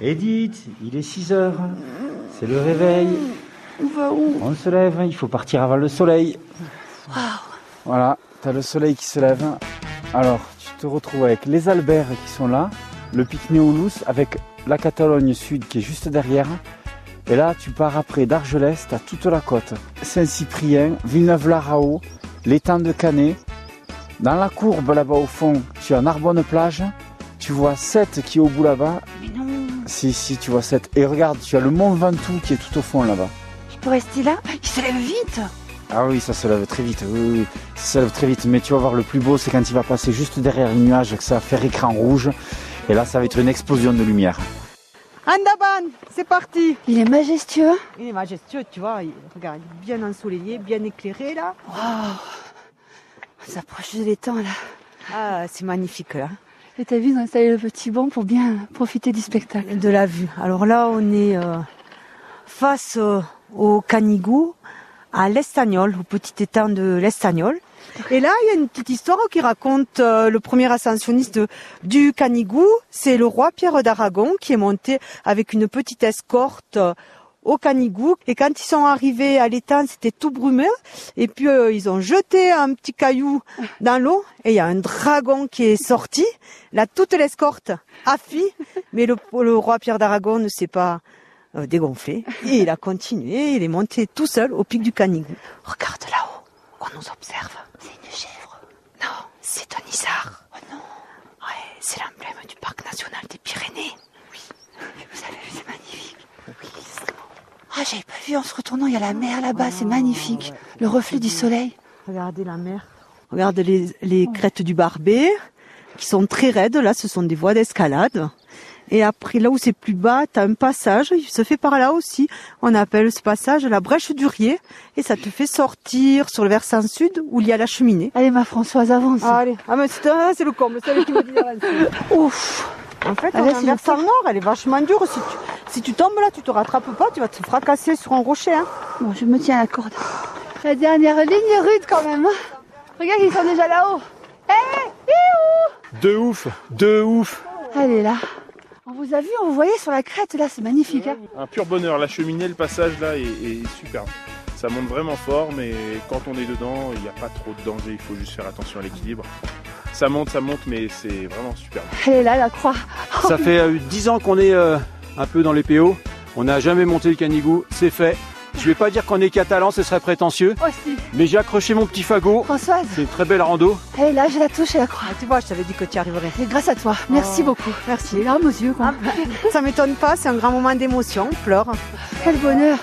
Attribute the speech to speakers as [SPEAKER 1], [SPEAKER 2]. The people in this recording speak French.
[SPEAKER 1] Edith, il est 6 heures. C'est le réveil.
[SPEAKER 2] On va où
[SPEAKER 1] On se lève, il faut partir avant le soleil. Voilà, t'as le soleil qui se lève. Alors, tu te retrouves avec les Alberts qui sont là, le Picnéoulous avec la Catalogne Sud qui est juste derrière. Et là, tu pars après d'Argelès, t'as toute la côte. Saint-Cyprien, Villeneuve-la-Rao, l'étang de Canet. Dans la courbe là-bas au fond, tu as Narbonne-Plage. Tu vois 7 qui est au bout là-bas.
[SPEAKER 2] Mais non,
[SPEAKER 1] Si, si, tu vois 7. Et regarde, tu as le Mont Ventoux qui est tout au fond là-bas.
[SPEAKER 2] je peux rester là Il se lève vite
[SPEAKER 1] Ah oui, ça se lève très vite, oui, oui, oui, ça se lève très vite. Mais tu vas voir, le plus beau, c'est quand il va passer juste derrière les nuages, que ça va faire écran rouge. Et là, ça va être une explosion de lumière.
[SPEAKER 3] Andaban, c'est parti
[SPEAKER 2] Il est majestueux.
[SPEAKER 3] Il est majestueux, tu vois, il- regarde, il est bien ensoleillé, bien éclairé là.
[SPEAKER 2] Waouh On s'approche de l'étang là.
[SPEAKER 3] Ah, c'est magnifique là,
[SPEAKER 2] Et t'as vu, ils ont installé le petit banc pour bien profiter du spectacle.
[SPEAKER 3] de la vue. Alors là, on est euh, face euh, au Canigou, à l'Estagnol, au petit étang de l'Estagnol. Et là, il y a une petite histoire qui raconte euh, le premier ascensionniste du Canigou, c'est le roi Pierre d'Aragon qui est monté avec une petite escorte euh, au Canigou. Et quand ils sont arrivés à l'étang, c'était tout brumeux. Et puis euh, ils ont jeté un petit caillou dans l'eau et il y a un dragon qui est sorti. Là, toute l'escorte a fui, mais le, le roi Pierre d'Aragon ne s'est pas euh, dégonflé. Et il a continué, il est monté tout seul au pic du Canigou.
[SPEAKER 2] Regarde là-haut, on nous observe. C'est une chèvre. Non, c'est un isard. Oh non. Ouais, c'est l'emblème du parc national des Pyrénées. Oui. Vous avez vu, c'est magnifique. Oui, c'est très beau. Ah, j'avais pas vu en se retournant, il y a la mer là-bas, c'est magnifique. Le reflet du soleil.
[SPEAKER 3] Regardez la mer. Regardez les, les crêtes du Barbet, qui sont très raides. Là, ce sont des voies d'escalade. Et après, là où c'est plus bas, t'as un passage. Il se fait par là aussi. On appelle ce passage la brèche du rier. Et ça te fait sortir sur le versant sud où il y a la cheminée.
[SPEAKER 2] Allez, ma Françoise, avance.
[SPEAKER 3] Allez, ah, mais c'est ah, c'est le comble, c'est lui qui me dit d'avancer.
[SPEAKER 2] Ouf
[SPEAKER 3] En fait,
[SPEAKER 2] Ah,
[SPEAKER 3] on
[SPEAKER 2] là,
[SPEAKER 3] a
[SPEAKER 2] c'est
[SPEAKER 3] un
[SPEAKER 2] le
[SPEAKER 3] versant nord, elle est vachement dure. Si tu, si tu tombes là, tu te rattrapes pas, tu vas te fracasser sur un rocher. Hein.
[SPEAKER 2] Bon, je me tiens à la corde. La dernière ligne rude quand même. hein. Regarde, ils sont déjà là-haut. Eh,
[SPEAKER 4] De ouf, de ouf.
[SPEAKER 2] Elle est là. On vous a vu, on vous voyait sur la crête là, c'est magnifique. hein.
[SPEAKER 4] Un pur bonheur. La cheminée, le passage là est, est superbe. Ça monte vraiment fort, mais quand on est dedans, il n'y a pas trop de danger. Il faut juste faire attention à l'équilibre. Ça monte, ça monte, mais c'est vraiment superbe.
[SPEAKER 2] Elle est là, la croix.
[SPEAKER 5] Ça fait euh, 10 ans qu'on est euh, un peu dans les PO. On n'a jamais monté le Canigou, c'est fait. Je vais pas dire qu'on est catalan, ce serait prétentieux.
[SPEAKER 2] Aussi.
[SPEAKER 5] Mais j'ai accroché mon petit fagot.
[SPEAKER 2] Françoise,
[SPEAKER 5] C'est une très belle rando.
[SPEAKER 2] elle est là, je la touche, elle la croix.
[SPEAKER 3] Ah, tu vois, je t'avais dit que tu y arriverais.
[SPEAKER 2] Et grâce à toi, merci
[SPEAKER 3] Oh. Ah.
[SPEAKER 2] beaucoup.
[SPEAKER 3] Merci.
[SPEAKER 2] Les larmes aux yeux, quoi.
[SPEAKER 3] Ça m'étonne pas, c'est un grand moment d'émotion, on pleure.
[SPEAKER 2] Quel bonheur.